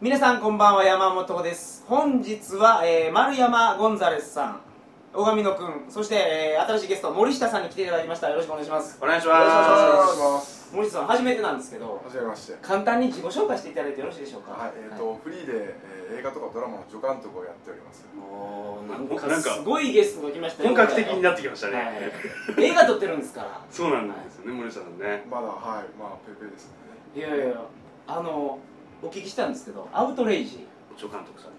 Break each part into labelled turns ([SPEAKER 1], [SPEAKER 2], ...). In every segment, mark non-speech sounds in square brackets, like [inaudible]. [SPEAKER 1] 皆さんこんばんは山本です本日は、えー丸山ゴンザレスさん小上野くんそして、えー新しいゲスト森下さんに来ていただきましたよろしくお願いします
[SPEAKER 2] お願いし
[SPEAKER 3] お願
[SPEAKER 2] ま
[SPEAKER 3] いします。
[SPEAKER 1] 森下さん初めてなんですけど
[SPEAKER 3] はじめまして。
[SPEAKER 1] 簡単に自己紹介していただいてよろしいでしょうか
[SPEAKER 3] はい、えっ、と、フリーで、えー映画とかドラマの助監督をやっております。
[SPEAKER 1] なん
[SPEAKER 2] す。
[SPEAKER 1] か
[SPEAKER 2] なん
[SPEAKER 1] す
[SPEAKER 2] か
[SPEAKER 1] ごいゲストが来ましたよ
[SPEAKER 2] 本格的にな
[SPEAKER 1] っ
[SPEAKER 2] ってきましたたね。
[SPEAKER 1] 映画撮ってるんですから
[SPEAKER 2] そうなんですよね、森下さんね。
[SPEAKER 3] まだはい、まあペイペイですね。
[SPEAKER 1] いやいやいやあのお聞きしたんですけどアウトレイジ、
[SPEAKER 2] 助監督さん、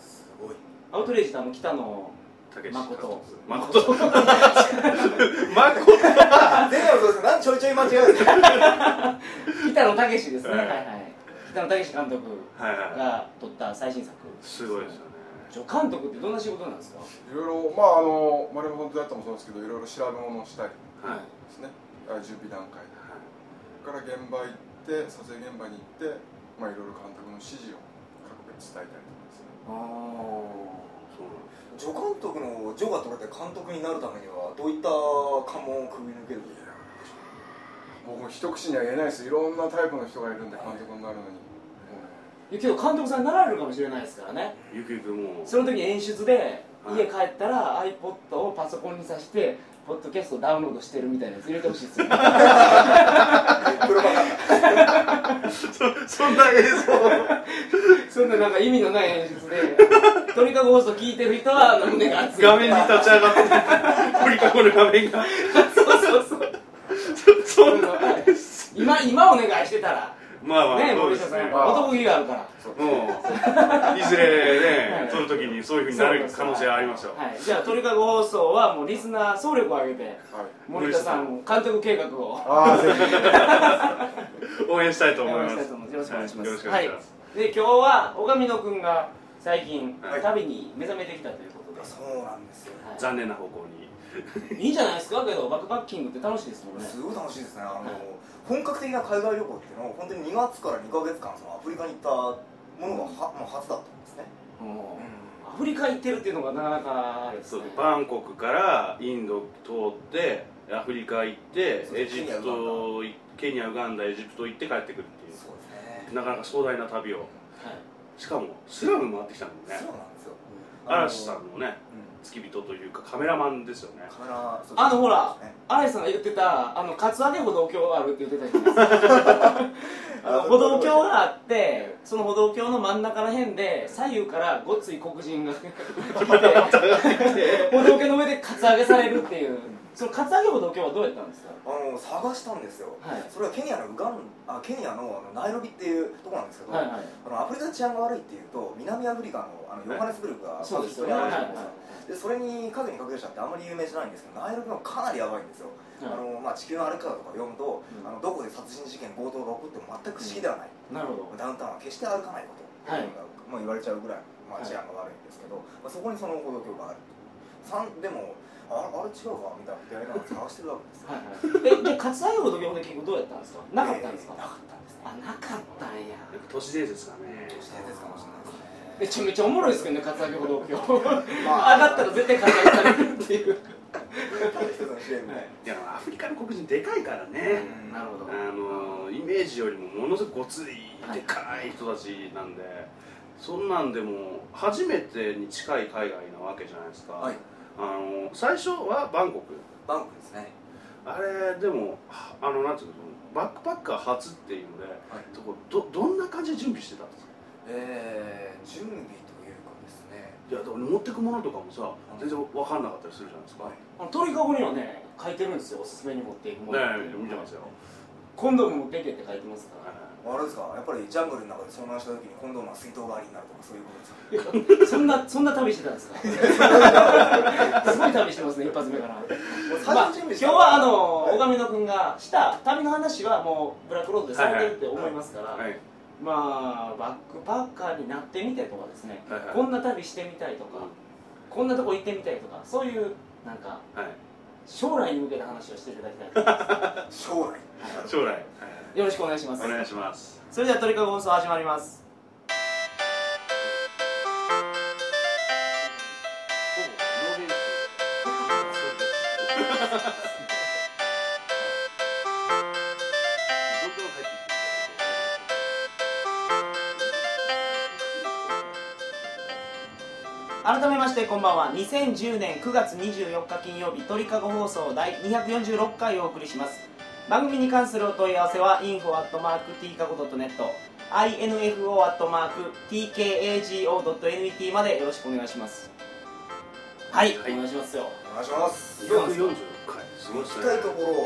[SPEAKER 1] すごいアウトレイジってあの北野
[SPEAKER 2] たけし監督
[SPEAKER 1] 誠
[SPEAKER 2] 誠。
[SPEAKER 1] [laughs]
[SPEAKER 2] [laughs] 誠。
[SPEAKER 4] あ前回もそうですなんでちょいちょい間違え
[SPEAKER 2] [laughs]
[SPEAKER 4] るんですか
[SPEAKER 1] 北野武ですね、
[SPEAKER 2] はい
[SPEAKER 1] はいはい、北野武監督
[SPEAKER 2] はいは
[SPEAKER 1] が撮った最新作
[SPEAKER 2] い。すごいですよね。
[SPEAKER 1] 助監督ってどんな仕事なんですか
[SPEAKER 3] いろいろ、まああの丸山さんとやったもそうなんですけど、いろいろ調べ物をしたりで
[SPEAKER 2] はい。
[SPEAKER 3] すね。あ準備段階で。それから現場行って、撮影現場に行って、まあいろいろ監督の指示を各部に伝えたりとかですね。
[SPEAKER 2] そうなんです
[SPEAKER 4] 助監督の助が取れて監督になるためにはどういった関門をくぐり抜けるんですか
[SPEAKER 3] 僕一口には言えないです。いろんなタイプの人がいるんで監督になるのに。
[SPEAKER 1] いやけど監督さんになられるかもしれないですからね
[SPEAKER 2] ゆくゆくもう。
[SPEAKER 1] その時演出で
[SPEAKER 2] はい
[SPEAKER 1] 家帰ったら iPod をパソコンに挿してポッドキャストをダウンロードしてるみたいなやつ入れてほしいです
[SPEAKER 2] [laughs]
[SPEAKER 1] よね
[SPEAKER 4] プロパガン
[SPEAKER 2] そそんな映像。
[SPEAKER 1] そんななんか意味のない演出で鳥かご放送聞いてる人は胸が熱い
[SPEAKER 2] 画面に立ち上がって。鳥かごの画面が。
[SPEAKER 1] そうそうそう
[SPEAKER 2] そそんな。
[SPEAKER 1] 今今お願いしてたら
[SPEAKER 2] まあまあ。
[SPEAKER 1] ね
[SPEAKER 2] そう
[SPEAKER 1] 森下
[SPEAKER 2] です
[SPEAKER 1] さんやっ
[SPEAKER 2] ね。
[SPEAKER 1] ぱ男気があるから
[SPEAKER 2] うん。い
[SPEAKER 1] [laughs]
[SPEAKER 2] ずれね、その時にそういう風になる可能性はありますよ。
[SPEAKER 1] はい、じゃあ鳥かご放送はもうリスナー総力を挙げて
[SPEAKER 3] はい。
[SPEAKER 1] 森田さんを監督計画を
[SPEAKER 3] ああ、ぜひ。
[SPEAKER 2] 応援したいと思い
[SPEAKER 1] 応
[SPEAKER 2] ま
[SPEAKER 1] 援
[SPEAKER 2] す。
[SPEAKER 1] したいと思いますよろしくお願いします
[SPEAKER 2] はよろくお願いします
[SPEAKER 1] で今日は小上野くんが最近、
[SPEAKER 2] はい
[SPEAKER 1] 旅に目覚めてきたということで、
[SPEAKER 4] そうなんですよ
[SPEAKER 1] は
[SPEAKER 2] 残念な方向に。
[SPEAKER 1] い、いいんじゃないですかけどバックパッキングって楽しいですもんね
[SPEAKER 4] すごい楽しいですねあの本格的な海外旅行っていうのを本当に2月から2ヶ月間そのアフリカに行ったものがは、もう初だったんですね
[SPEAKER 1] もうアフリカ行ってるっていうのがなかなかあれです
[SPEAKER 2] そ
[SPEAKER 1] ね
[SPEAKER 2] うバンコクからインド通ってアフリカ行って
[SPEAKER 4] そう
[SPEAKER 2] エジプトケニアウガンダエジプト行って帰ってくるっていう
[SPEAKER 4] そうですね
[SPEAKER 2] なかなか壮大な旅を
[SPEAKER 1] はい
[SPEAKER 2] しかもスラム回ってきたんだ
[SPEAKER 4] そ
[SPEAKER 2] よ
[SPEAKER 4] う
[SPEAKER 2] ね
[SPEAKER 4] なんです
[SPEAKER 2] 嵐
[SPEAKER 4] よ
[SPEAKER 2] さ
[SPEAKER 4] うん
[SPEAKER 2] んのね付き人というかカメラマンですよね
[SPEAKER 4] カメラそうですね
[SPEAKER 1] あのほら
[SPEAKER 4] そうですね
[SPEAKER 1] 荒井さんが言ってたあのカツアゲ歩道橋があるって言ってたじゃないですか [laughs] あの
[SPEAKER 4] あ
[SPEAKER 1] 歩道橋があってその歩道橋の真ん中ら辺で左右からごっつい黒人が [laughs] 来て
[SPEAKER 2] [laughs]
[SPEAKER 1] 歩道橋の上でカツアゲされるっていうそのカツアゲ歩道橋はどうやったんですか
[SPEAKER 4] あの探したんですよ、
[SPEAKER 1] はい
[SPEAKER 4] それはケニアのウガンあケニアのあのナイロビっていうところなんですけど、
[SPEAKER 1] はいはい
[SPEAKER 4] あのアフリカ治安が悪いっていうと南アフリカのあのヨハネスブルクが
[SPEAKER 1] そうですよね
[SPEAKER 4] 非
[SPEAKER 1] はい
[SPEAKER 4] 常
[SPEAKER 1] は
[SPEAKER 4] に
[SPEAKER 1] い
[SPEAKER 4] やばい
[SPEAKER 1] は
[SPEAKER 4] んですよでそれに影に隠れちゃってあんまり有名じゃないんですけどナイロビもかなりやばいんですよ、あのまあ、地球の歩き方とか読むと、
[SPEAKER 1] うん
[SPEAKER 4] あのどこで殺人事件強盗が起こっても全く不思議ではな
[SPEAKER 1] い
[SPEAKER 4] い、
[SPEAKER 1] なるほど
[SPEAKER 4] ダウンタウンは決して歩かないこと、
[SPEAKER 1] はい
[SPEAKER 4] もう言われちゃうぐらい、まあ、治安が悪いんですけど、まあ、そこにその歩道橋があるさんでもああれ違うかみたいな出会いながら探してるわけですよ
[SPEAKER 1] はいはいえじゃあカツアゲ歩道橋で結局どうやったんですかなかったんですか
[SPEAKER 4] えーなかった
[SPEAKER 1] あなかったん
[SPEAKER 4] んですね
[SPEAKER 1] や
[SPEAKER 2] やっぱ都市伝説だね
[SPEAKER 4] 都市伝説かもしれない [laughs] で
[SPEAKER 1] め
[SPEAKER 4] すね
[SPEAKER 1] ちゃめちゃおもろいですけどねカツアゲ歩道橋 [laughs] 上
[SPEAKER 4] まあ
[SPEAKER 1] がったら絶対カツアゲされるっていう
[SPEAKER 4] [laughs]
[SPEAKER 2] いやアフリカの黒人でかいからね
[SPEAKER 4] ん
[SPEAKER 1] なるほど
[SPEAKER 2] あのイメージよりもものすごくごついでかい人たちなんでそんなんでも初めてに近い海外なわけじゃないですか、
[SPEAKER 4] はい、
[SPEAKER 2] あの最初はバンコク
[SPEAKER 4] バンコクですね。
[SPEAKER 2] あれでもはあのなんていうのバックパッカー初っていうので、そこどどんな感じで準備してたんですか
[SPEAKER 4] えー、準備というかですね。
[SPEAKER 2] いやだから持ってくものとかもさ全然分かんなかったりするじゃないですか、
[SPEAKER 1] あの鳥かごにはね書いてるんですよおすすめに持っていくもの
[SPEAKER 2] ねえ見てますよ、
[SPEAKER 1] コンドーム持っていけって書いてますから
[SPEAKER 4] あれですか、やっぱりジャングルの中で遭難した時に今度は水筒代わりになるとかそういうことです
[SPEAKER 1] [laughs]
[SPEAKER 4] か。
[SPEAKER 1] そんなそんな旅してたんですか [laughs] すごい旅してますね一発目から、
[SPEAKER 4] もう最
[SPEAKER 1] まあ、
[SPEAKER 4] 初準
[SPEAKER 1] 今
[SPEAKER 4] 備し
[SPEAKER 1] 日
[SPEAKER 4] た
[SPEAKER 1] はあの
[SPEAKER 4] はい
[SPEAKER 1] 小上野君がした旅の話はもうブラックロードでされてるって思いますから、
[SPEAKER 2] はい
[SPEAKER 1] まあバックパッカーになってみてとかですね、
[SPEAKER 2] はいはい
[SPEAKER 1] こんな旅してみたいとか、こんなとこ行ってみたいとかそういうなんか
[SPEAKER 2] はい
[SPEAKER 1] 将来に向けた話をしていただきたいと思いま
[SPEAKER 4] 将来。
[SPEAKER 2] 将来、はい
[SPEAKER 1] すよろしくお願いします
[SPEAKER 2] お願いします
[SPEAKER 1] それでは鳥かご放送始まります
[SPEAKER 2] どんどん入ってきてる。
[SPEAKER 1] 改めましてこんばんは2010年9月24日金曜日鳥かご放送第246回をお送りします番組に関するお問い合わせは info.tkago.net info.tkago.net までよろしくお願いしますはい、
[SPEAKER 2] はい
[SPEAKER 1] お願いしますよ
[SPEAKER 4] お願いします
[SPEAKER 1] どうなんですか
[SPEAKER 2] 246回すごいで
[SPEAKER 4] 行き
[SPEAKER 2] すね
[SPEAKER 4] たいところですね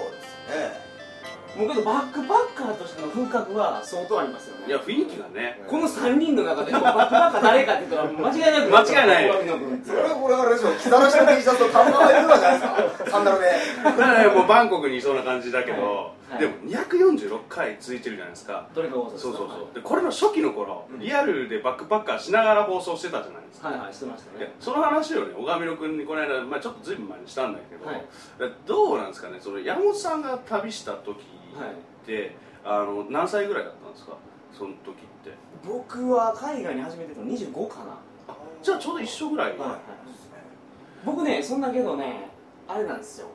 [SPEAKER 1] もうけどバックパッカーとしての風格は相当ありますよね
[SPEAKER 2] いや雰囲気がね
[SPEAKER 1] この3人の中でバックパッカー誰かって言ったら
[SPEAKER 2] [laughs]
[SPEAKER 1] 間違いなく
[SPEAKER 2] 間違いない
[SPEAKER 1] 大網野君
[SPEAKER 4] それはこれあれでしょ木更津の T シャツと看板がいるわじゃないですかサンダルで
[SPEAKER 2] だから [laughs] もうバンコクにいそうな感じだけど、
[SPEAKER 1] はい
[SPEAKER 2] でも246回続いてるじゃないですか
[SPEAKER 1] 鳥かご放送です
[SPEAKER 2] そうそう
[SPEAKER 1] は
[SPEAKER 2] そ
[SPEAKER 1] いう
[SPEAKER 2] でこれの初期の頃、
[SPEAKER 1] うん
[SPEAKER 2] リアルでバックパッカーしながら放送してたじゃないですか、
[SPEAKER 1] はいはいしてました
[SPEAKER 2] で
[SPEAKER 1] ね
[SPEAKER 2] その話をね小上野君にこの間、まあ、ちょっとずいぶん前にしたんだけど、
[SPEAKER 1] はい
[SPEAKER 2] だどうなんですかねその山本さんが旅した時って、あの何歳ぐらいだったんですかその時って
[SPEAKER 1] 僕は海外に初めての25かな
[SPEAKER 2] じゃあちょうど一緒ぐらい、
[SPEAKER 1] はいはい僕ねそんなけどねあれなんですよ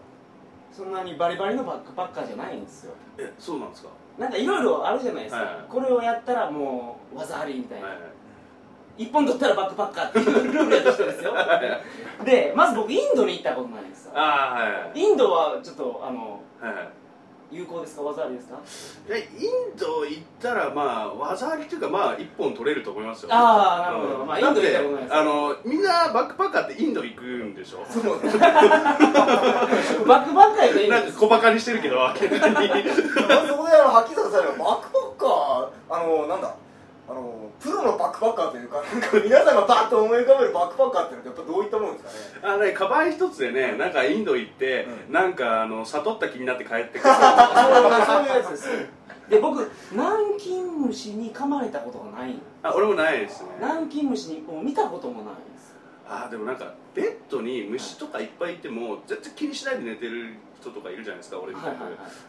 [SPEAKER 1] そんなにバリバリのバックパッカーじゃないんですよ
[SPEAKER 2] えそうなんですか、
[SPEAKER 1] なんかいろいろあるじゃないですか、
[SPEAKER 2] はいはい
[SPEAKER 1] これをやったらもう技ありみたいな、
[SPEAKER 2] はい
[SPEAKER 1] 一本取ったらバックパッカーっていうルールやとしてですよでまず僕インドに行ったことないんですよ
[SPEAKER 2] ああはいはい
[SPEAKER 1] インドはちょっとあの
[SPEAKER 2] はいはい
[SPEAKER 1] 有効ですか技ありですか
[SPEAKER 2] でインド行ったらまあ技ありっていうかまあ一本取れると思いますよ
[SPEAKER 1] あーなるほど
[SPEAKER 2] うん
[SPEAKER 1] まあ
[SPEAKER 2] だっ
[SPEAKER 1] インド行った
[SPEAKER 2] て
[SPEAKER 1] ことないです
[SPEAKER 2] あのみんなバックパッカーってインド行くんでしょ
[SPEAKER 1] バックバッカーやとインド
[SPEAKER 2] なん
[SPEAKER 1] で
[SPEAKER 2] か
[SPEAKER 1] す
[SPEAKER 2] 小バカにしてるけど明らかに
[SPEAKER 4] まあそこであの吐き出されるバックパッカーあのなんだあのプロのバックパッカーというかなんか皆さんがバッと思い浮かべるバックパッカーっていうのはやっぱどういったもんですかね
[SPEAKER 2] あれカバン一つでねなんかインド行って、なんかあの悟った気になって帰っ
[SPEAKER 1] [laughs]
[SPEAKER 2] てく
[SPEAKER 1] そ
[SPEAKER 2] る
[SPEAKER 1] ういうやつです [laughs] で僕南京虫に噛まれたことがない
[SPEAKER 2] あ俺もないですね
[SPEAKER 1] 南京虫にもう見たこともないです
[SPEAKER 2] あーでもなんかベッドに虫とかいっぱいいても全然気にしないで寝てる人とかいるじゃないですか俺みたいに、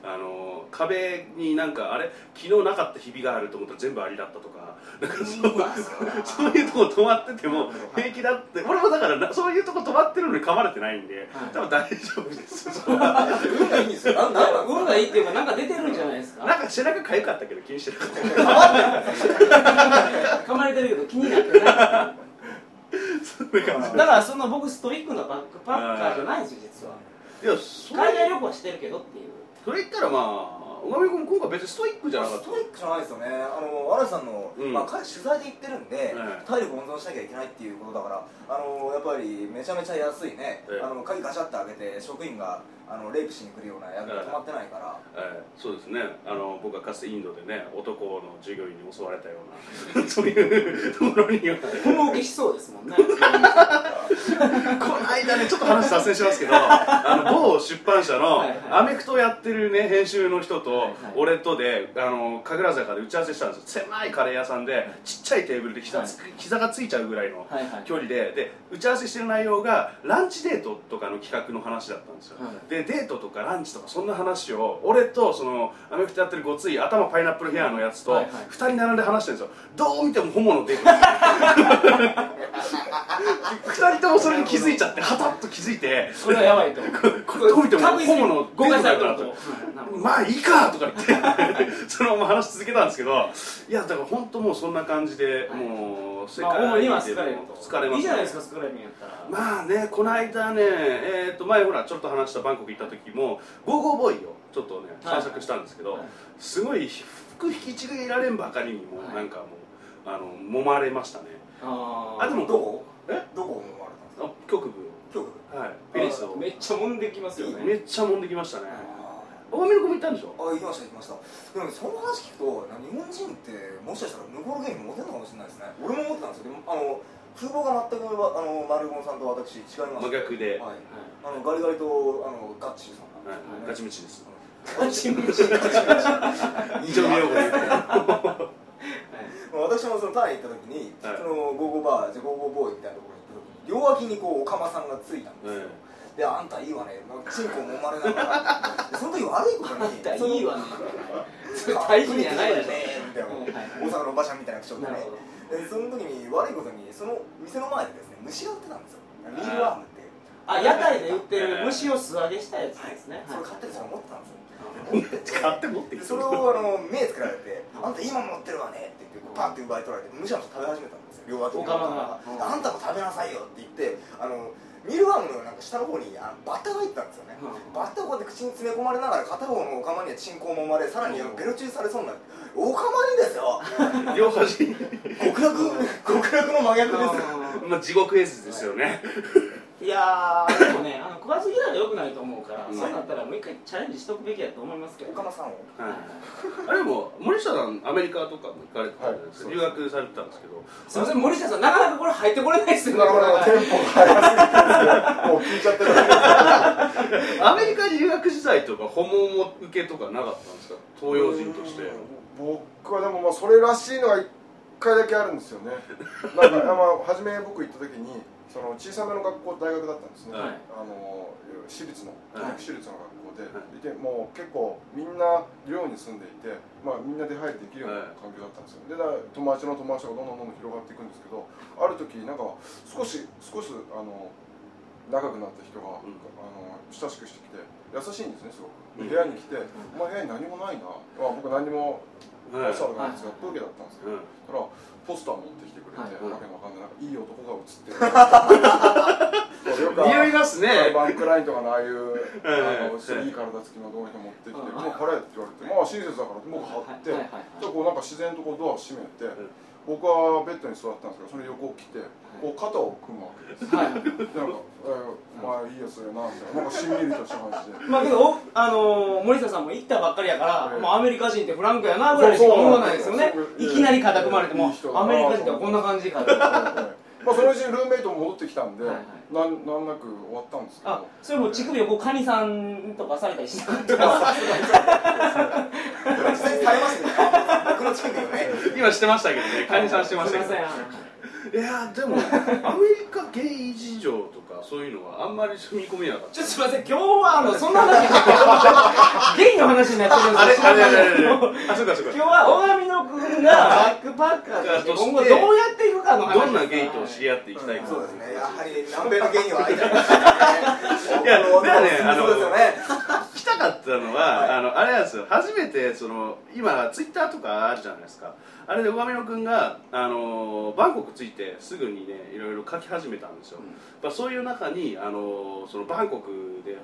[SPEAKER 2] あの壁になんかあれ昨日なかったひびがあると思ったら全部アリだったとかなんかそう
[SPEAKER 1] うわそれは
[SPEAKER 2] そういうとこ泊まってても平気だって俺もだからなそういうとこ泊まってるのに噛まれてないんで
[SPEAKER 1] はい
[SPEAKER 2] 多分大丈夫ですそこは
[SPEAKER 4] 運がいいんですよな
[SPEAKER 1] なん
[SPEAKER 4] ん
[SPEAKER 1] か
[SPEAKER 4] なん
[SPEAKER 1] 運がいいっていうかなんか出てるんじゃないです
[SPEAKER 2] な
[SPEAKER 1] か
[SPEAKER 2] んか背中痒かったけど気にして [laughs] なかった
[SPEAKER 1] 噛まれてるけど気になってないだ
[SPEAKER 2] そんな感じ
[SPEAKER 1] からそんな僕ストイックなバックパッカーじゃないんですよ実はい
[SPEAKER 2] やそ
[SPEAKER 1] 海外
[SPEAKER 2] れ
[SPEAKER 1] 旅行はしてるけどっていう
[SPEAKER 2] それ言ったらまあ小上君今回別にストイックじゃなかっ
[SPEAKER 4] ス
[SPEAKER 2] た
[SPEAKER 4] トイックじゃないですよね、あの嵐さんの、
[SPEAKER 2] うん
[SPEAKER 4] まあ、彼、取材で行ってるんで、
[SPEAKER 2] ええ
[SPEAKER 4] 体力温存しなきゃいけないっていうことだから、あのやっぱりめちゃめちゃ安いね、
[SPEAKER 2] ええ
[SPEAKER 4] あの鍵ガシャって開けて、職員があのレイプしに来るような役が止まってないから、
[SPEAKER 2] えーそうですねあの僕はかつてインドでね男の従業員に襲われたような [laughs] そういうところには
[SPEAKER 1] 本受けしそうですもんね
[SPEAKER 2] この間ねちょっと話脱線します
[SPEAKER 1] [laughs]
[SPEAKER 2] けどあの某出版社の
[SPEAKER 1] はいはい
[SPEAKER 2] アメフトやってるね編集の人
[SPEAKER 1] はい
[SPEAKER 2] と
[SPEAKER 1] はい
[SPEAKER 2] 俺とであの神楽坂で打ち合わせしたんですよ狭いカレー屋さんでちっちゃいテーブルで膝つく膝がついちゃうぐらいの
[SPEAKER 1] はいはい
[SPEAKER 2] 距離でで打ち合わせしてる内容がランチデートとかの企画の話だったんですよ、
[SPEAKER 1] はい
[SPEAKER 2] でデートとかランチとかそんな話を俺とそのアメフトやってるごつい頭パイナップルヘアのやつ
[SPEAKER 1] はい
[SPEAKER 2] と
[SPEAKER 1] はい
[SPEAKER 2] 二人並んで話してるんですよどう見てもホモ
[SPEAKER 1] [laughs]
[SPEAKER 2] のデート二人ともそれに気づいちゃってはたっと気づいて
[SPEAKER 1] それはやばいと
[SPEAKER 2] これどう見ても
[SPEAKER 1] 確実
[SPEAKER 2] ホ
[SPEAKER 1] に
[SPEAKER 2] モの
[SPEAKER 1] 誤
[SPEAKER 2] デー
[SPEAKER 1] 解さ
[SPEAKER 2] トだ
[SPEAKER 1] れ
[SPEAKER 2] よ
[SPEAKER 1] てるとはいな
[SPEAKER 2] なと
[SPEAKER 1] るほど
[SPEAKER 2] まあいいかとか言って [laughs] そのまま話し続けたんですけどいやだから本当もうそんな感じで、
[SPEAKER 1] はい
[SPEAKER 2] もう世
[SPEAKER 1] まあ、主には好かれると
[SPEAKER 2] 疲れますね
[SPEAKER 1] いいじゃないですか好かれるんやったら、
[SPEAKER 2] まあね、この間ね、えー、と前ほらちょっと話したバンコク行った時もゴーゴーボーイをちょっとね
[SPEAKER 1] はい
[SPEAKER 2] 散策したんですけど、すごい服引きちぎられんばかりにも、
[SPEAKER 1] はい
[SPEAKER 2] なんかもうあの揉まれましたね
[SPEAKER 1] あ
[SPEAKER 2] あでも
[SPEAKER 4] どこ
[SPEAKER 2] え
[SPEAKER 4] どこを思われたんですか
[SPEAKER 2] あ局部
[SPEAKER 4] 局
[SPEAKER 2] はいペリスを
[SPEAKER 1] めっちゃ揉んできますよね
[SPEAKER 2] めっちゃ揉んできましたね
[SPEAKER 4] あ
[SPEAKER 2] 大見の子も行ったんでしょ
[SPEAKER 4] 行きました、行きました、でもその話聞くと、な日本人って、もしかしたら向こうの芸にモテるのかもしれないですね、俺も思ってたんですよ、でもあの風貌が全くわあの丸ンさんと私、違います
[SPEAKER 2] 真逆で、は
[SPEAKER 4] はいあのガリガリとあのガッチーさん
[SPEAKER 2] い
[SPEAKER 4] が、
[SPEAKER 2] ガチムチです
[SPEAKER 4] [laughs]
[SPEAKER 1] ガチムチガチムチ
[SPEAKER 2] 二丁目用語で言うと [laughs]
[SPEAKER 4] 私もそのタイ行った時に、
[SPEAKER 2] はい
[SPEAKER 4] そのゴーゴーバーじゃゴーゴーボーイみたいなところに行った時に両脇にこうおかまさんがついたんですよ、
[SPEAKER 2] え
[SPEAKER 4] であんたいいわねまあチンコ揉まれながらでその時悪いことに
[SPEAKER 1] だいいわねそ
[SPEAKER 4] そ
[SPEAKER 1] れ
[SPEAKER 4] の
[SPEAKER 1] 大事じゃないでしょ
[SPEAKER 4] みたいな、
[SPEAKER 1] うんはい
[SPEAKER 4] 大阪のおばちゃんみたいな口調で
[SPEAKER 1] な
[SPEAKER 4] ね
[SPEAKER 1] るほど
[SPEAKER 4] でその時に悪いことにその店の前でですね虫が売ってたんですよミールワームって
[SPEAKER 1] あ屋台で売ってる虫を素揚げしたやつですね、
[SPEAKER 4] それ買ってる人が持ってたんですよ、
[SPEAKER 2] 買って持ってき
[SPEAKER 4] で
[SPEAKER 2] て
[SPEAKER 4] それをあの目つけられて「あんた今持ってるわね」って言ってパッて奪い取られてむしゃむしゃ食べ始めたんですよ両脇
[SPEAKER 1] おかま
[SPEAKER 4] であんたも食べなさいよ」って言ってあのミルワームのなんか下の方にあのバッタが入ったんですよね、
[SPEAKER 1] うん
[SPEAKER 4] バッタをこうやって口に詰め込まれながら片方のオカマにはチンコを揉まれさらにあのベロチューされそうになるオカマにですよ
[SPEAKER 2] 両端に
[SPEAKER 4] 極楽極楽の真逆ですよ
[SPEAKER 2] まあ地獄絵図ですよね
[SPEAKER 1] いやーでもねあの食わず嫌いは良くないと思うから、
[SPEAKER 2] うん
[SPEAKER 1] そうなったらもう一回チャレンジしとくべきやと思いますけど
[SPEAKER 4] オカマさんを
[SPEAKER 2] はいあれも森下さんアメリカとかも行かれてたじゃないですか、
[SPEAKER 3] はい
[SPEAKER 2] 留学されてたんですけど
[SPEAKER 1] すいません森下さんなかなかこれ入ってこれないですよ
[SPEAKER 3] なるほどテンポが早すぎてもう聞いちゃってるんです
[SPEAKER 2] アメリカ留学時代とか訪問も受けとかなかったんですか東洋人として
[SPEAKER 3] けど僕はでもまあそれらしいのが一回だけあるんですよねなんか、まあ、初め僕行った時にその小さめの学校大学だったんですね、
[SPEAKER 2] はい
[SPEAKER 3] あの私立の
[SPEAKER 2] はい
[SPEAKER 3] 私立の学校で、、
[SPEAKER 2] はい
[SPEAKER 3] でもう結構みんな寮に住んでいて、まあ、みんな出入りできるような環境だったんですよ、でだから友達の友達がどんどんどんどん広がっていくんですけどある時なんか少し少しあの仲良くなった人
[SPEAKER 2] う
[SPEAKER 3] が、
[SPEAKER 2] ん
[SPEAKER 3] あの親しくしてきて優しいんですねすご
[SPEAKER 2] うん
[SPEAKER 3] く部屋に来て「お前部屋に何もないな」まあ僕何もポ
[SPEAKER 2] はい
[SPEAKER 3] スターとかなんですよブーケだったんですけ
[SPEAKER 2] うん
[SPEAKER 3] ど、そしたらポスター持ってきてくれて、
[SPEAKER 1] はい
[SPEAKER 3] わけのわかんないなんかいい男が写ってるそうよ
[SPEAKER 2] [laughs]
[SPEAKER 3] く
[SPEAKER 2] 匂いますね
[SPEAKER 3] サイバンクラインとかのああいう
[SPEAKER 2] はい
[SPEAKER 3] あのすごいいい体つきの動画人持ってきて
[SPEAKER 1] う
[SPEAKER 3] 「
[SPEAKER 1] ん
[SPEAKER 3] もう払え」って言われて「まあ親切だから」って僕貼って、
[SPEAKER 1] はいはいはい
[SPEAKER 3] じゃあこうなんか自然とこうドアを閉めて、
[SPEAKER 2] ん
[SPEAKER 3] 僕はベッドに座ったんですけどその横を来てこう肩を組むわけです、
[SPEAKER 1] はいはい
[SPEAKER 3] でなんか、えーまあいいやつやな」みたいななんかしんみりとした感じで。
[SPEAKER 1] まあけど、おあのー森下さんも行ったばっかりやから、
[SPEAKER 3] ええ
[SPEAKER 1] もうアメリカ人ってフランクやなぐらいしか思わないですよね
[SPEAKER 3] そうそう
[SPEAKER 1] いきなり肩組まれても
[SPEAKER 3] いい人だな
[SPEAKER 1] アメリカ人ってこんな感じかと
[SPEAKER 3] まあそのうちにルーメイトも戻ってきたんで、
[SPEAKER 1] はいはい
[SPEAKER 3] なんなんなく終わったんですけ
[SPEAKER 1] あ
[SPEAKER 3] ど
[SPEAKER 1] それも乳首をこうカニさんとかされたりしなかった
[SPEAKER 4] 実際に耐えますねあ僕の近くよね
[SPEAKER 2] 今してましたけどねカニさんしてましたけ
[SPEAKER 1] す
[SPEAKER 2] ど
[SPEAKER 1] いま
[SPEAKER 2] いやーで [laughs] もアメリカゲイ事情とかそういうのはあんまり踏み込めなかっ
[SPEAKER 1] せんち
[SPEAKER 2] た
[SPEAKER 1] ょっとすいません今日はあのそんな話ゲイの話になってるん
[SPEAKER 2] あ
[SPEAKER 1] で
[SPEAKER 2] れ
[SPEAKER 1] すよ
[SPEAKER 2] あれあれあれあそうかそう
[SPEAKER 1] 今日
[SPEAKER 2] か
[SPEAKER 1] は大上野君がバックパッカーとして今後どうやっていくかの話
[SPEAKER 2] どんなゲイと知り合っていきたいか
[SPEAKER 4] そうですねやはり南米の芸には会いたいです
[SPEAKER 2] いやだからね
[SPEAKER 4] よねそうそうそうですよね
[SPEAKER 2] 来たかったのは、あのあれなんですよ初めてその今ツイッターとかあるじゃないですかあれで上野くんがあのバンコク着いてすぐにねいろいろ書き始めたんですよ、まあ、そういう中にあのそのバンコクで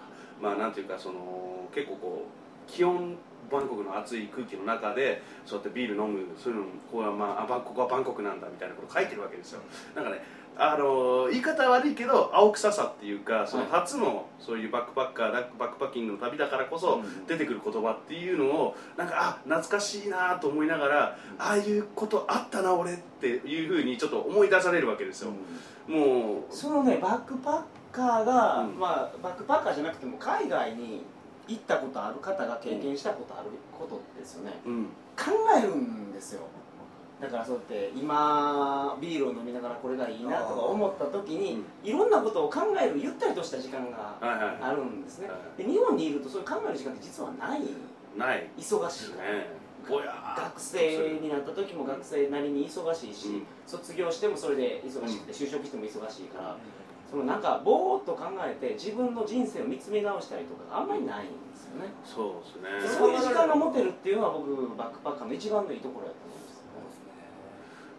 [SPEAKER 2] まあなんていうかその結構こう気温バンコクの暑い空気の中でそうやってビール飲むそういうのもこうはまああバンコクはバンコクなんだみたいなこと書いてるわけですよなんかねあの言い方悪いけど青臭さっていうかその
[SPEAKER 1] はい
[SPEAKER 2] 初のそういうバックパッカーラックバックパッキングの旅だからこそ、出てくる言葉っていうのをなんかあ懐かしいなと思いながらああいうことあったな俺っていうふうにちょっと思い出されるわけですよ、もう
[SPEAKER 1] そのねバックパッカーが、
[SPEAKER 2] うん
[SPEAKER 1] まあバックパッカーじゃなくても海外に行ったことある方が経験したことあることですよね
[SPEAKER 2] うん
[SPEAKER 1] 考えるんですよだからそうやって今ビールを飲みながらこれがいいなとか思った時に、いろんなことを考えるゆったりとした時間が
[SPEAKER 2] はいは
[SPEAKER 1] あるんですね
[SPEAKER 2] は
[SPEAKER 1] で日本にいるとそういう考える時間って実はない
[SPEAKER 2] いないで
[SPEAKER 1] 忙しい
[SPEAKER 2] すね
[SPEAKER 1] から、
[SPEAKER 2] ぼやーっ
[SPEAKER 1] 学
[SPEAKER 2] と
[SPEAKER 1] 生になった時も学生なりに忙しいし、
[SPEAKER 2] うん
[SPEAKER 1] 卒業してもそれで忙しくて、就職しても忙しいから、そのなんかぼーっと考えて自分の人生を見つめ直したりとかがあんまりないんですよね、
[SPEAKER 2] そう
[SPEAKER 4] うん
[SPEAKER 2] ですね
[SPEAKER 1] そういう時間が持てるっていうのは僕バックパッカーの一番のいいところやと思うんですよ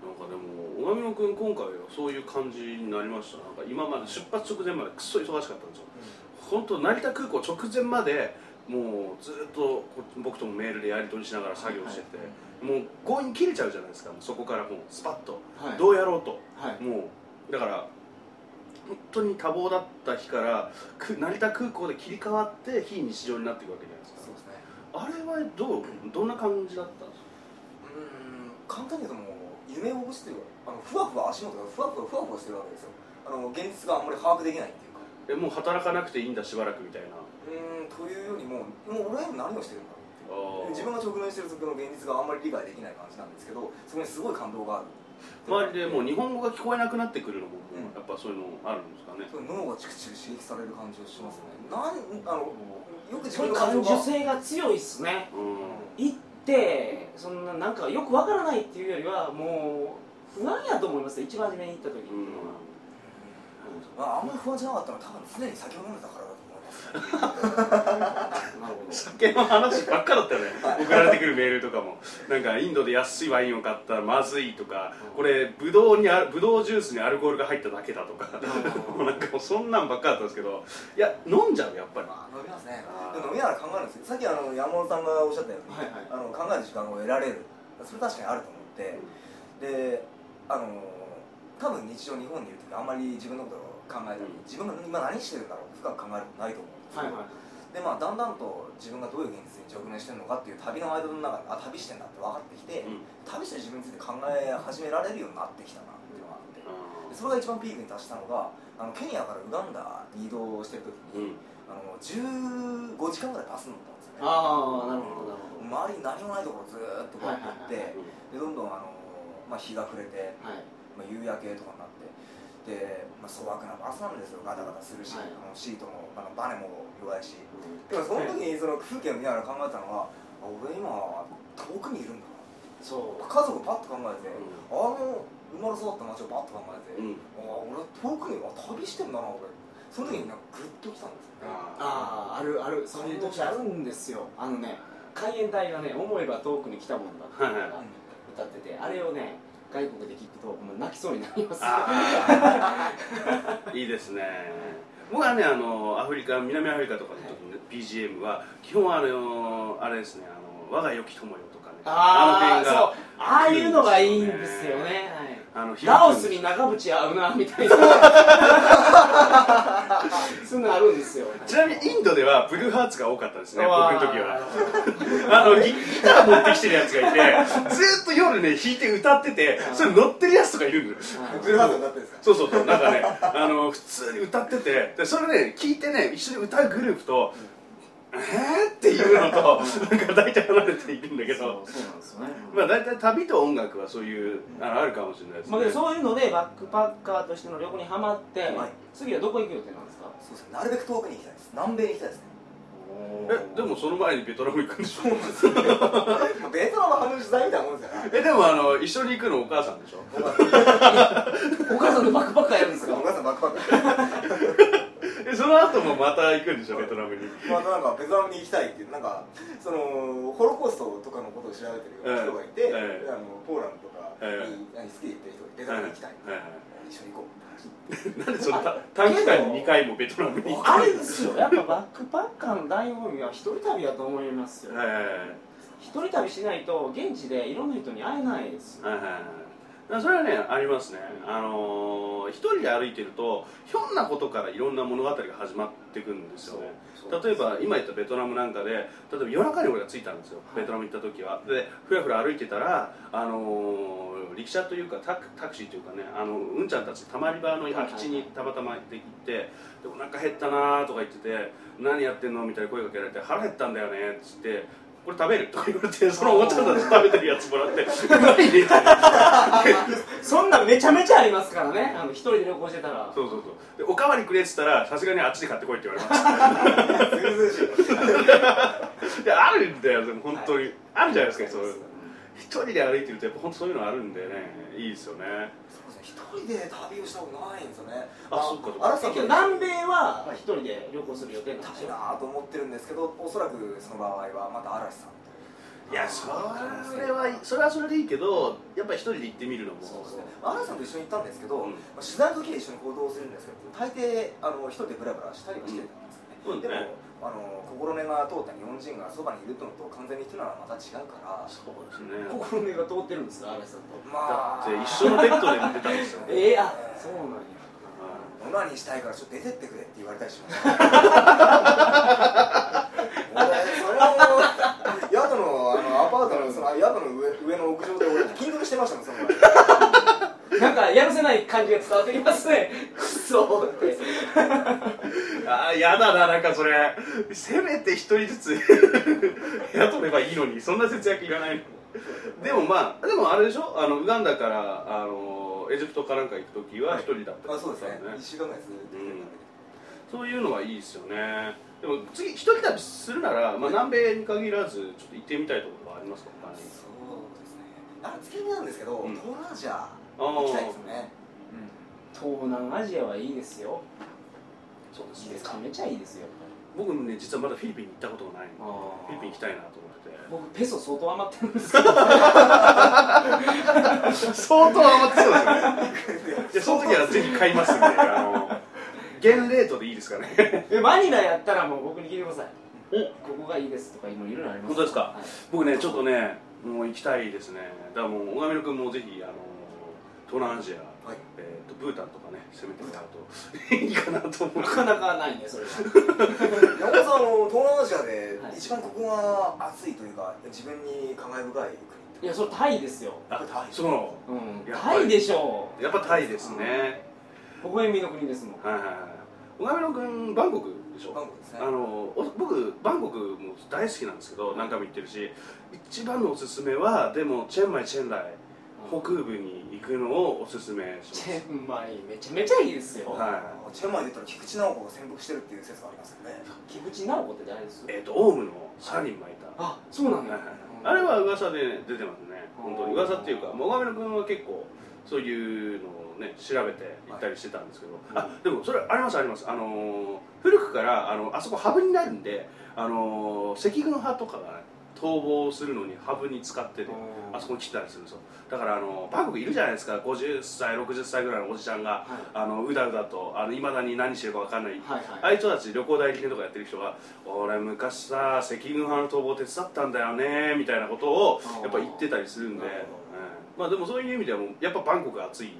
[SPEAKER 2] なんかでも小上野君今回はそういう感じになりましたなんか今まで出発直前までくっそ忙しかったんですよ本当成田空港直前までもうずっとこ僕ともメールでやり取りしながら作業してて、もう強引に切れちゃうじゃないですかもうそこからもうスパッと、
[SPEAKER 1] はい
[SPEAKER 2] どうやろうと
[SPEAKER 1] はい
[SPEAKER 2] もうだから本当に多忙だった日からく成田空港で切り替わって非日常になっていくわけじゃないです
[SPEAKER 4] そう
[SPEAKER 2] か
[SPEAKER 4] ですね
[SPEAKER 2] あれはどうどんな感じだったんですか
[SPEAKER 4] うーん簡単に言うともう夢を落ちてるわあのふわふわ足元がふわふわふわふわしてるわけですよあの現実があんまり把握できないっていうか
[SPEAKER 2] えもう働かなくていいんだしばらくみたいな
[SPEAKER 4] うーんというよりももう俺は今何をしてるんだろう
[SPEAKER 2] あー
[SPEAKER 4] 自分が直面してるその現実があんまり理解できない感じなんですけどそこにすごい感動がある
[SPEAKER 2] 周りでもう日本語が聞こえなくなってくるのももう
[SPEAKER 4] うん
[SPEAKER 2] やっぱそういうのあるんですかね、
[SPEAKER 4] そう脳がチクチク刺激される感じがしますねなんあのよく自
[SPEAKER 1] それ
[SPEAKER 4] 分の感
[SPEAKER 1] 感
[SPEAKER 4] 情
[SPEAKER 1] 受
[SPEAKER 4] が
[SPEAKER 1] 性が強いっすね
[SPEAKER 2] う
[SPEAKER 1] 行ってそんななんかよくわからないっていうよりはもう不安やと思いますよ一番初めに行った時ってい
[SPEAKER 2] ん、う
[SPEAKER 1] うんのは、
[SPEAKER 4] まああんまり不安じゃなかったのは多分常に酒を飲んでたからだと思います
[SPEAKER 1] なるほど
[SPEAKER 2] 酒の話ばっかだったよね送られてくるメールとかもなんかインドで安いワインを買ったらまずいとかこれブドウにあブドウジュースにアルコールが入っただけだとか [laughs] もうなんかもうそんなんばっかだったんですけどいや飲んじゃうやっぱり
[SPEAKER 4] まあ飲みますね
[SPEAKER 2] あー
[SPEAKER 4] でも飲みながら考えるんですよさっきあの山本さんがおっしゃったように、
[SPEAKER 1] はいはい
[SPEAKER 4] あの考える時間を得られるそれ確かにあると思ってであの多分日常日本にいる時あんまり自分のことを考えたり、
[SPEAKER 2] うん
[SPEAKER 4] 自分が今何してるんだろう深く考えることないと思うんですよ、
[SPEAKER 1] はいはい
[SPEAKER 4] でまあだんだんと自分がどういう現実に直面してるのかっていう旅の間の中であ旅してんだって分かってきて、
[SPEAKER 2] うん
[SPEAKER 4] 旅してる自分について考え始められるようになってきたなっていうのがあってでそれが一番ピークに達したのがあのケニアからウガンダに移動してる
[SPEAKER 2] うん
[SPEAKER 4] 時に、あの15時間ぐらいバス乗ったんですよね
[SPEAKER 1] ああなるほどなるほど
[SPEAKER 4] 周りに何もないところずーっとこうやって行って、
[SPEAKER 1] はいはいはい
[SPEAKER 4] でどんどんあの、まあ、日が暮れて、
[SPEAKER 1] はい
[SPEAKER 4] まあ、夕焼けとかになってで、まあ、粗悪なバスなんですよガタガタするし、
[SPEAKER 1] はい
[SPEAKER 4] あのシートもあのバネも弱いしでもその時にその風景を見ながら考えたのはあ俺今遠くにいるんだな
[SPEAKER 1] そう
[SPEAKER 4] 家族パッと考えて、あの生まれ育った町をパッと考えて、
[SPEAKER 2] うん
[SPEAKER 4] あ俺遠くにあ旅してんだな俺その時になんかグッときたんですよね
[SPEAKER 1] あああるあるそういう時あるんですよあのね海援隊がね「思えば遠くに来たもんだ」っていうのが歌っててあれをね外国で聞くともう泣きそうになります
[SPEAKER 2] あーいいですね僕はねあのアフリカ南アフリカとかの時のね BGM は基本はあのあれですねあの我が良き友よとかね
[SPEAKER 1] あ
[SPEAKER 2] の
[SPEAKER 1] あそうああいうのがいいんですよね、
[SPEAKER 2] あの
[SPEAKER 1] はい、ラオスに長渕合うなみ [laughs] たいなそんなのあるんですよ
[SPEAKER 2] ちなみにインドではブルーハーツが多かったですね
[SPEAKER 1] う
[SPEAKER 2] 僕
[SPEAKER 1] わ
[SPEAKER 2] の
[SPEAKER 1] ー
[SPEAKER 2] 時は [laughs] あのギギター持ってきてるやつが
[SPEAKER 1] [laughs]
[SPEAKER 2] いてずーっと夜ね弾いて歌っててそれ乗ってるやつとかいるんですよ
[SPEAKER 4] ブルーハーツになってるんですか
[SPEAKER 2] そうそうそうなんかねあの普通に歌っててでそれね聞いてね一緒に歌うグループと「えー?」っていうのとなんか大体離れているんだけ
[SPEAKER 1] そ
[SPEAKER 2] ど
[SPEAKER 1] うそうなんですよね、
[SPEAKER 2] まあ大体旅と音楽はそういうあのあるかもしれないですね
[SPEAKER 1] まあ、でもそういうのでバックパッカーとしての旅行にハマって、
[SPEAKER 4] はい
[SPEAKER 1] 次はどこ行く予定なんですか
[SPEAKER 4] そうですねなるべく遠くに行きたいです南米に行きたいですね
[SPEAKER 2] えでもその前にベトナム行くんでしょ [laughs]
[SPEAKER 4] まあベトナムの半分取材みたいなもんですよね
[SPEAKER 2] えでもあの一緒に行くのお母さんでしょ
[SPEAKER 1] お母さんのバックパッカーやるんですか [laughs]
[SPEAKER 4] お母さんバックパック
[SPEAKER 2] えその後もまた行くんでしょベトナムに
[SPEAKER 4] まあなんかベトナムに行きたいっていうなんかそのホロコーストとかのことを調べてるような人がいて、
[SPEAKER 2] ええ
[SPEAKER 4] あのポーランドとか
[SPEAKER 2] え
[SPEAKER 4] に、あの好きで行ってる人がいてベトナムに行きたい、
[SPEAKER 2] はいはい
[SPEAKER 4] 一緒に行こう
[SPEAKER 2] なんでそのた短期間に2回もベトナムに行く
[SPEAKER 1] あれですよやっぱバックパッカーの醍醐味は一人旅だと思いますよ、
[SPEAKER 2] はいはいはい
[SPEAKER 1] 一人旅しないと現地でいろんな人に会えないですよ
[SPEAKER 2] はいはいはいだからそれはねありますね、あのー一人で歩いてるとひょんなことからいろんな物語が始まってくんですよね例えば今言ったベトナムなんかで例えば夜中に俺が着いたんですよ、
[SPEAKER 1] はい
[SPEAKER 2] ベトナム行った時はでふらふら歩いてたらあのー力車というかタクタクシーというかねあのうんちゃんたちたまり場の空き地にたまたまで行って、でお腹減ったなーとか言ってて何やってんのみたいな声かけられて腹減ったんだよねっつってこれ食べるとか言われてそのおもちゃたち食べてるやつもら [laughs] ってうまいね
[SPEAKER 1] そんなんめちゃめちゃありますからねあの一人で旅行してたら
[SPEAKER 2] そうそうそうでおかわりくれっつったらさすがにあっちで買ってこいって言われまし
[SPEAKER 4] ずうずうしい
[SPEAKER 2] たいやあるんだよでも本当に、あるじゃないですかそういう
[SPEAKER 1] そう
[SPEAKER 2] 一人で歩いてるとやっぱ本当そういうのあるんでねいいですよね
[SPEAKER 4] そうですね一人で旅をしたことないんですよね
[SPEAKER 2] あそっかそっか
[SPEAKER 4] 荒木さん
[SPEAKER 1] 今日南米は一人で旅行する予定なん
[SPEAKER 4] 行
[SPEAKER 1] です
[SPEAKER 4] きたい
[SPEAKER 1] よ
[SPEAKER 4] なと思ってるんですけどおそらくその場合はまた嵐さんと
[SPEAKER 2] いやそれはそれはそれでいいけどやっぱり一人で行ってみるのも
[SPEAKER 4] そうですね嵐さんと一緒に行ったんですけど、
[SPEAKER 2] うん
[SPEAKER 4] まあ、取材の時は一緒に行動するんですけど大抵あの一人でブラブラしたりはしてたんです
[SPEAKER 2] う
[SPEAKER 4] よ
[SPEAKER 2] ん
[SPEAKER 4] ね、で
[SPEAKER 2] そ
[SPEAKER 4] も
[SPEAKER 2] うね
[SPEAKER 4] あの心根が通った日本人がそばにいるのと完全に行くのはまた違うから
[SPEAKER 2] そうですね
[SPEAKER 1] 心根が通ってるんですか嵐さんと
[SPEAKER 4] ま
[SPEAKER 2] だ
[SPEAKER 4] あ
[SPEAKER 2] って一緒のベッドで寝てたんですよ
[SPEAKER 1] えー、あそうなんや
[SPEAKER 4] オナニーしたいからちょっと出てってくれって言われたり
[SPEAKER 2] [laughs]
[SPEAKER 4] しました俺それを宿のあのアパートのその宿の上上の屋上で俺筋トレしてましたもんその前
[SPEAKER 1] なんかやるせない感じが伝わってきますねクソって
[SPEAKER 2] ああやだななんかそれせめて一人ずつ [laughs] 部屋取ればいいのにそんな節約いらないのでもまあでもあれでしょあのウガンダからあのエジプトかなんか行く時は一人だった
[SPEAKER 4] あ
[SPEAKER 2] りと
[SPEAKER 4] そう
[SPEAKER 2] か
[SPEAKER 4] ですね1週間ぐらいずっと出てるんだけど
[SPEAKER 2] そういうのはいいですよねでも次一人旅するなら、まあ、南米に限らずちょっと行ってみたいところはありますか他に
[SPEAKER 4] そうですねあ月見なんですけど、
[SPEAKER 2] うん
[SPEAKER 4] 東南アジア
[SPEAKER 2] あー
[SPEAKER 4] 行きたいですね
[SPEAKER 1] 東南アジアはいいですよ
[SPEAKER 2] そうです
[SPEAKER 1] めちゃめちゃいいですよ
[SPEAKER 4] う
[SPEAKER 2] 僕ね実はまだフィリピンに行ったことがないんで
[SPEAKER 1] あ
[SPEAKER 2] フ
[SPEAKER 1] ー
[SPEAKER 2] ィリピン行きたいなと思って
[SPEAKER 1] 僕ペソ相当余ってるんですけど
[SPEAKER 2] て相当余ってそうですよねいやその時はぜひ買いますんであの [laughs] 現レートでいいですかね
[SPEAKER 1] [laughs] えマニラやったらもう僕に聞いてくださいここがいいですとか今いろいろあります
[SPEAKER 2] 本当ですか
[SPEAKER 1] はい
[SPEAKER 2] 僕ねちょっとねもう行きたいですねだからもう小上野君もぜひあの東南アジア、 [laughs]
[SPEAKER 4] はい
[SPEAKER 2] えー、とブータンとかね攻めてもらうといいかなと思う
[SPEAKER 1] なかなかないねそれは
[SPEAKER 4] 山本さんあの東南アジアで
[SPEAKER 1] はい
[SPEAKER 4] 一番ここが熱いというか自分に感慨深い
[SPEAKER 1] いやそれタイですよ、
[SPEAKER 2] あ
[SPEAKER 4] タイ
[SPEAKER 2] そ
[SPEAKER 1] うん、
[SPEAKER 2] やっぱり
[SPEAKER 1] タイでしょ
[SPEAKER 2] うやっぱタイですね、
[SPEAKER 1] う微笑みの国ですもん
[SPEAKER 2] はいはいはい小上野君バンコクでしょ
[SPEAKER 4] 国バンコクですね
[SPEAKER 2] あのお僕バンコクも大好きなんですけど何回も行ってるし一番のおすすめはでもチェンマイチェンライ北部に行くのをおすすめします
[SPEAKER 1] チェンマイめちゃめちゃいいですよ、
[SPEAKER 2] はい
[SPEAKER 4] チェンマイで言ったら菊池直子が潜伏してるっていう説がありますよね
[SPEAKER 1] 菊池直子って誰です
[SPEAKER 2] えっ、とオウムのサリン巻いた、
[SPEAKER 1] あそうなん
[SPEAKER 2] はい
[SPEAKER 1] だ、
[SPEAKER 2] はいはいあれは噂で、出てますね本当に噂っていうか
[SPEAKER 1] うん
[SPEAKER 2] もう小上野君は結構そういうのをね調べて行ったりしてたんですけど、
[SPEAKER 1] はい
[SPEAKER 2] あでもそれありますありますあのー古くからあのあそこハブになるんであのー赤軍派とかがね、逃亡するのにハブに使ってて、
[SPEAKER 1] うん
[SPEAKER 2] あそこに来てたりするんですよだからあのバンコクいるじゃないですか50歳60歳ぐらいのおじちゃんが
[SPEAKER 1] はい
[SPEAKER 2] あのうだうだといまだに何してるか分かんない、
[SPEAKER 1] はい
[SPEAKER 2] あ
[SPEAKER 1] はい
[SPEAKER 2] あいう人たち旅行代理店とかやってる人が「俺昔さ赤軍派の逃亡手伝ったんだよね」みたいなことをやっぱ言ってたりするんで、
[SPEAKER 4] あーなる
[SPEAKER 2] うんまあでもそういう意味ではもうやっぱバンコクが暑いで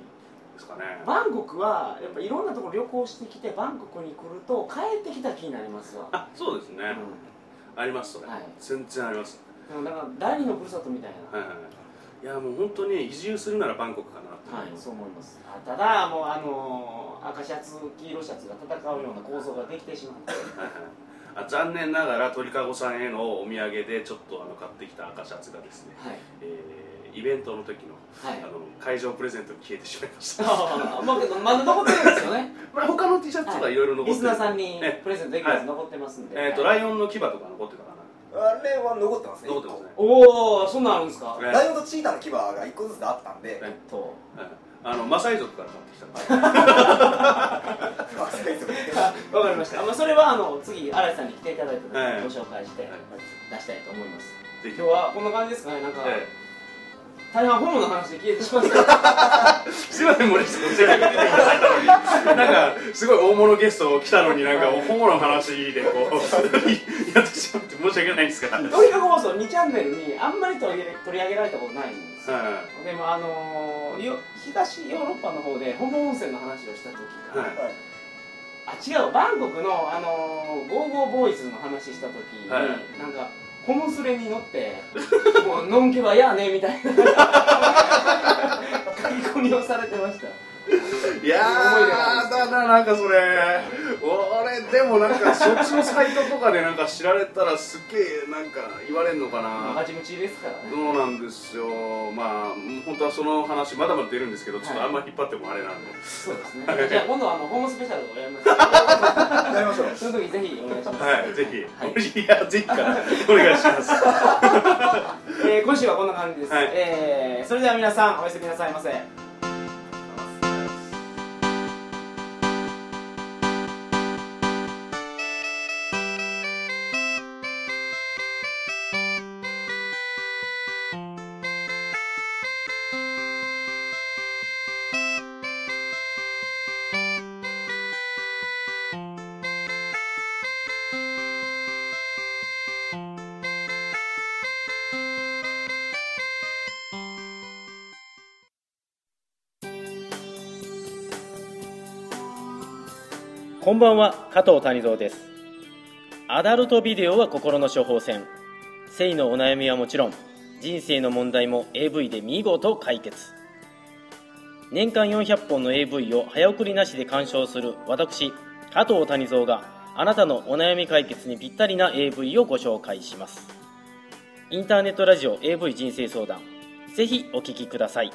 [SPEAKER 2] すかね
[SPEAKER 1] バンコクはやっぱいろんなところ旅行してきてバンコクに来ると帰ってきた気になりますわ、
[SPEAKER 2] あそうですね、
[SPEAKER 1] う
[SPEAKER 2] ありますそれ、
[SPEAKER 1] はい
[SPEAKER 2] 全然ありま
[SPEAKER 1] ん、
[SPEAKER 2] す、
[SPEAKER 1] でもなんか第二のふるさとみたいな、
[SPEAKER 2] はいはいはいいやもう本当に移住するならバンコクかなって、
[SPEAKER 1] はい、そう思います。あただ、もう、あのー赤シャツ、黄色シャツが戦うような構造ができてしまって。
[SPEAKER 2] はいはいあ残念ながら鳥かごさんへのお土産でちょっとあの買ってきた赤シャツがですね、
[SPEAKER 1] はい。
[SPEAKER 2] えーイベントの時
[SPEAKER 1] は
[SPEAKER 2] のあ
[SPEAKER 1] い。
[SPEAKER 2] の会場プレゼントに消えてしまいました
[SPEAKER 1] あまあ、けどまだ残ってるんですよね。
[SPEAKER 2] まあ他の T シャツとかいろいろ
[SPEAKER 1] リ
[SPEAKER 2] 残
[SPEAKER 1] ス
[SPEAKER 2] ってる、
[SPEAKER 1] ナーさんに
[SPEAKER 2] え
[SPEAKER 1] プレゼントできるやつ
[SPEAKER 2] は
[SPEAKER 1] 残っ
[SPEAKER 2] い
[SPEAKER 1] てますんで。
[SPEAKER 2] えーと
[SPEAKER 1] はい
[SPEAKER 2] ライオンの牙とか残ってたか
[SPEAKER 4] あれは残ってます
[SPEAKER 2] な
[SPEAKER 4] ね
[SPEAKER 2] 残ってますね
[SPEAKER 1] おお、そんなんあるんですか。
[SPEAKER 2] ね
[SPEAKER 4] ライオンとチーターの牙が1個ずつあったんで、
[SPEAKER 2] ね
[SPEAKER 1] と。
[SPEAKER 2] はいあのマサイ族から買ってきたから
[SPEAKER 4] [laughs] まあ世界一の
[SPEAKER 2] [laughs]
[SPEAKER 1] あわかりました。あまあ、それは、あの、次、荒井さんに来ていただいた時
[SPEAKER 2] はい
[SPEAKER 1] にご紹介して、
[SPEAKER 2] はい
[SPEAKER 1] 出したいと思います。
[SPEAKER 2] ぜひ
[SPEAKER 1] 今日はこんな感じですかね。なんか、
[SPEAKER 2] え
[SPEAKER 1] 大半ホモの話で消えてしま [laughs] った。
[SPEAKER 2] ーすいません森下さん教えてくれてくださったのになんかすごい大物ゲスト来たのになんかお本物の話でこうやってしまって申し訳ないんですがはい
[SPEAKER 1] トリカゴ放送2チャンネルにあんまり取り上げ取り上げられたことないんですよでもあのーよ東ヨーロッパの方でホモ温泉の話をした時から、
[SPEAKER 2] はい
[SPEAKER 1] あ違うバンコクの、あのーゴーゴーボーイズの話した時に、
[SPEAKER 2] はい
[SPEAKER 1] なんかホモスレに乗ってもうのんけはやーねみたいな書き込みをされてました
[SPEAKER 2] いやーだななんかそれ俺でもなんかそっちのサイトとかでなんか知られたらすっげえなんか言われんのかな
[SPEAKER 1] ガチムチですからね
[SPEAKER 2] そうなんですよまあ本当はその話まだまだ出るんですけどちょっとあんま引っ張ってもあれなんで、
[SPEAKER 1] そうですねじゃあ今度はあのホモスペシャルをやります
[SPEAKER 4] やりましょう
[SPEAKER 1] その時ぜひお願いします
[SPEAKER 2] はい、ぜひ、
[SPEAKER 1] はい
[SPEAKER 2] い、や、ぜひから、お願いします。
[SPEAKER 1] えー今週はこんな感じです、
[SPEAKER 2] はい
[SPEAKER 1] えーそれでは皆さんおやすみなさいませ
[SPEAKER 5] こんばんは加藤谷蔵ですアダルトビデオは心の処方箋性のお悩みはもちろん人生の問題も AV で見事解決年間400本の AV を早送りなしで鑑賞する私加藤谷蔵があなたのお悩み解決にぴったりな AV をご紹介しますインターネットラジオ AV 人生相談ぜひお聞きください